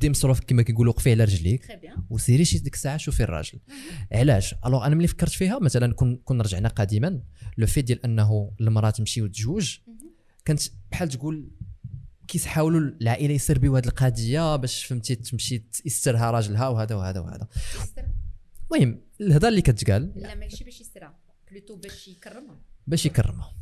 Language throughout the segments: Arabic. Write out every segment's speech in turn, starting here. دي مصروف كما كيقولوا وقفي على رجليك تري بيان وسيري شي ديك الساعه شوفي الراجل علاش الوغ انا ملي فكرت فيها مثلا كون كون رجعنا قديما لو فيت ديال انه المراه تمشي وتجوج مهم. كانت بحال تقول كيحاولوا العائله يسربيو هذه القضيه باش فهمتي تمشي تيسرها راجلها وهذا وهذا وهذا يستر المهم الهضره اللي كتقال لا ماشي باش يسترها بلوتو باش يكرمها باش يكرمها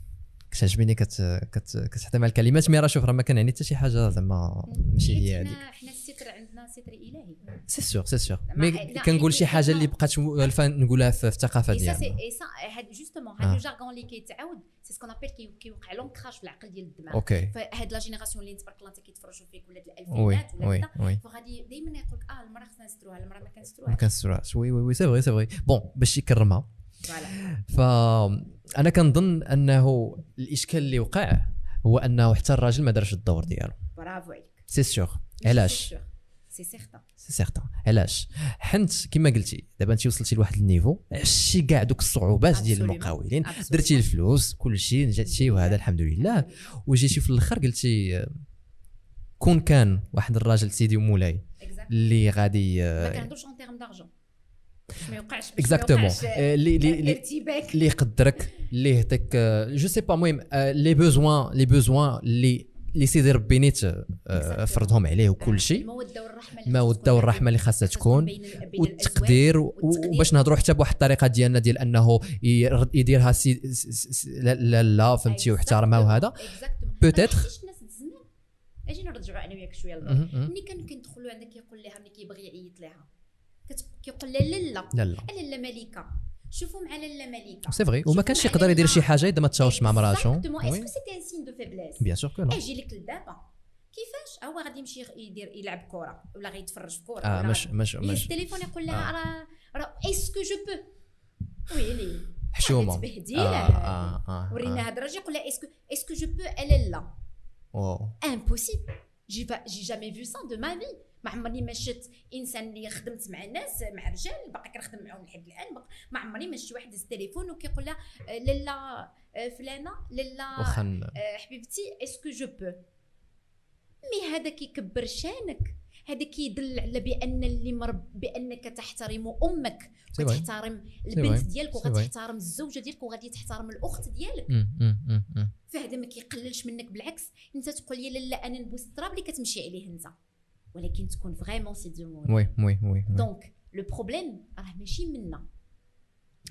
كتعجبني كت كت كتحتمل الكلمات مي راه شوف راه ما كان يعني حتى شي حاجه زعما ماشي هي حيت هذيك حنا- حنا الستر عندنا ستر الهي سي سيغ سي سيغ ما- مي لا، كنقول شي حيت- حاجه اللي لا. بقات مؤلفه نقولها في في الثقافه اي سا سي ديالنا اي سا هاد جوستومون آه. هاد لو جارغون اللي كيتعاود سي سكون ابيل كي- كيوقع لونكراج في العقل ديال الدماغ اوكي فهاد لا جينيراسيون اللي تبارك الله انت كيتفرجوا فيك ولا د وي الالفينات ولا وي كذا وي فغادي دائما يقول لك اه المراه خصنا نستروها المراه ما ما كنستروهاش كنستوراش وي وي وي سي فغي سي فغي بون باش يكرمها فوالا فانا كنظن انه الاشكال اللي وقع هو انه حتى الراجل ما دارش الدور ديالو برافو عليك سي سيغ علاش سي سيغتا سي سيغتان علاش حنت كما قلتي دابا انت وصلتي لواحد النيفو عشتي كاع دوك الصعوبات ديال Absolument. المقاولين درتي الفلوس كل شيء نجاتي وهذا الحمد لله وجيتي في الاخر قلتي آه، كون كان واحد الراجل سيدي ومولاي اللي غادي ما آه، كنهضرش اون تيرم دارجون باش ما يوقعش باش ما اكزاكتومون يوقعش آه، اللي اللي Euh, اللي- ارتباك اللي يقدرك اللي يهديك آه، جو سي با المهم آه، لي بوزوان لي بوزوان اللي اللي سيدي ربي نيت آه، Exactement. فرضهم عليه وكل شيء الموده والرحمه اللي الموده خاص والرحمه اللي تكون خاصها تكون بين ال- بين الأزواج. والتقدير و- والتقدير. وباش نهضروا حتى بواحد الطريقه ديالنا ديال انه ير- يديرها سي س- س- س- لا- لا لا فهمتي أيوة، ويحترمها وهذا Exactement. Peut-être. ما كنحسش طيب، الناس الزمان اجي نرجعوا انا وياك شويه للور مهم، مهم. ملي كان كندخلوا عندك كيقول لها ملي كيبغي يعيط لها كت- كيقول لها لا لا لا لا لاله مليكه شوفوا مع لاله مليكه سي فغي وما شوفوا كانش مع يقدر يدير شي لاله. حاجه اذا ما تشاورش مع Ah مراته Exactement. Est-ce que c'était un signe de faiblesse Eh, بيان سور كو نو اجي لك لدابا كيفاش هو غادي يمشي يدير يلعب كره ولا غيتفرج في كره اه ولا مش غادي- مش يهز مش التليفون يقول لها راه راه اسكو جو بو ويلي حشومه تبهديله اه هذه. اه اه ورينا هاد الراجل يقول لها اسكو اسكو جو بو الا لا واو امبوسيبل جي با جي جامي فيو سا دو ما في ما عمرني ما شفت انسان اللي خدمت مع ناس مع رجال باقي كنخدم معاهم لحد الان باق- ما عمرني ما شفت واحد دز التليفون وكيقول لها آه، لالا آه، فلانه لالا واخا ن- آه، حبيبتي اسكو جو بو مي هذا كيكبر شانك هذا كيدل على بان اللي مرب بانك تحترم امك سي فغي وتحترم vrai. البنت ديالك C'est وغتحترم الزوجه ديالك وغادي تحترم الاخت ديالك أم، أم، أم، أم. فهذا ما كيقللش منك بالعكس انت تقول لي لا انا نبوس التراب اللي كتمشي عليه انت ولكن تكون فريمون سي دو مون وي وي وي وي. دونك لو بروبليم راه ماشي منا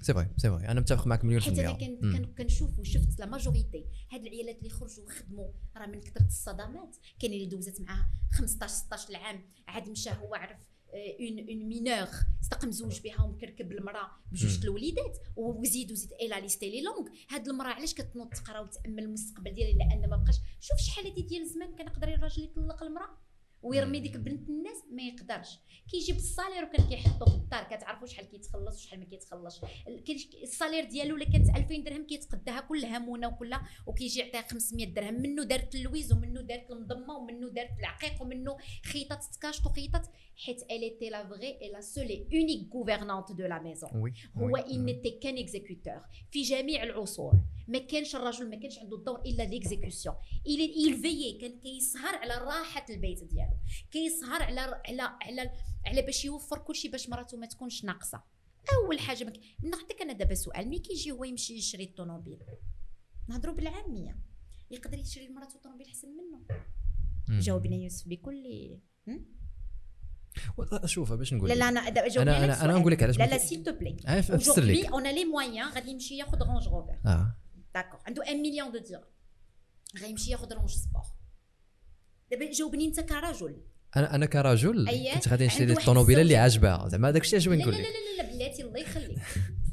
سي فغي سي فغي انا متفق معك مليون في حيت المية انا كن- أم. كن- كنشوف وشفت لا ماجوريتي هاد العيالات اللي خرجوا وخدموا راه من كثره الصدمات كاين اللي دوزت معاه 15 16 عام عاد مشى هو عرف آه، اون اون مينور صدق مزوج بها ومكركب المراه بجوج مم. د الوليدات وزيد وزيد الا ليستي لي لونغ هاد المراه علاش كتنوض تقرا وتامل المستقبل ديالها لان ما بقاش شوف شحال هادي ديال زمان كان يقدر الراجل يطلق المراه ويرمي ديك بنت الناس ما يقدرش كيجيب الصالير وكان كيحطو في الدار كتعرفوا شحال كيتخلص وشحال ما كيتخلصش ال- كي- الصالير ديالو الا كانت 2000 درهم كيتقداها كلها منى وكلها وكيجي يعطيها 500 درهم منو دارت اللويز ومنو دارت المضمه ومنو دارت العقيق ومنو خيطات تكاشط وخيطات حيت الي تي لا فغي اي لا سول اي اونيك غوفرنانت دو لا ميزون وي هو وي. ان نيتي كان اكزيكوتور في جميع العصور ما كانش الرجل ما كانش عنده الدور الا ليكزيكسيون الى الفيي كان كيسهر على راحه البيت ديالو كيسهر على على على على باش يوفر كل شيء باش مراته ما تكونش ناقصه اول حاجه مك... نعطيك انا دابا سؤال ملي كيجي هو يمشي يشري الطوموبيل نهضروا بالعاميه يقدر يشري لمراته طوموبيل احسن منه أم. جاوبنا يوسف بكل و- Mm. Ah, شوف باش نقول لا لا لك. انا دابا انا جاوبنا لك انا انا سؤال. نقول لك علاش لا ما لا كي- سيل تو بلي آه، فسر Aujourd'hui, لك on a les moyens, غادي يمشي ياخذ رونج روفر اه داكوغ عنده 1 مليون دو ديرهم غادي يمشي ياخذ رونج سبور دابا جاوبني انت كرجل انا انا كرجل أيه. كنت غادي نشري عنده لي واحد الطوموبيله اللي الزوجة. عاجبها زعما داك الشيء اش لا لا نقول لا لك لا لا بلاتي الله يخليك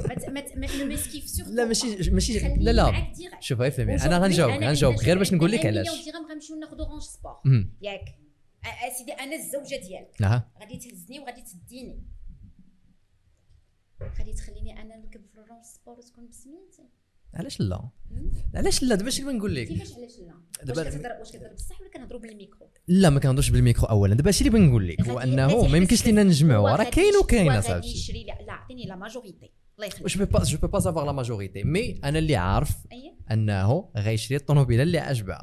ما ت- ما ت- ما تمسكي في سورتو لا ماشي ماشي خليني لا لا معاك direct. شوف غير فهمي انا Aujourd'hui, غنجاوبك أنا غنجاوبك غير باش نقول لك عندنا 1 علاش مليون درهم غنمشيو ناخذ رونج سبور أمم. ياك أ- اسيدي انا الزوجه ديالك اها غادي تهزني وغادي تديني غادي تخليني انا نركب في الرونج سبور وتكون بسميتي علاش لا أمم. علاش لا دابا اش نقول لك كيفاش علاش لا دابا- واش كتهضر واش كتهضر بصح ولا كنهضروا بالميكرو لا ما كنهضرش بالميكرو اولا دابا هادشي اللي بغيت نقول لك هو غادي- انه غادي ما يمكنش يحبس لينا هو نجمعوا راه غادي كاين يش- وكاين هو اصاحبي غادي يشري لا لا عطيني لا ماجوريتي الله يخليك جو بي با جو بي با سافوار لا ماجوريتي مي انا اللي عارف أيه. انه غيشري الطوموبيله اللي عاجبها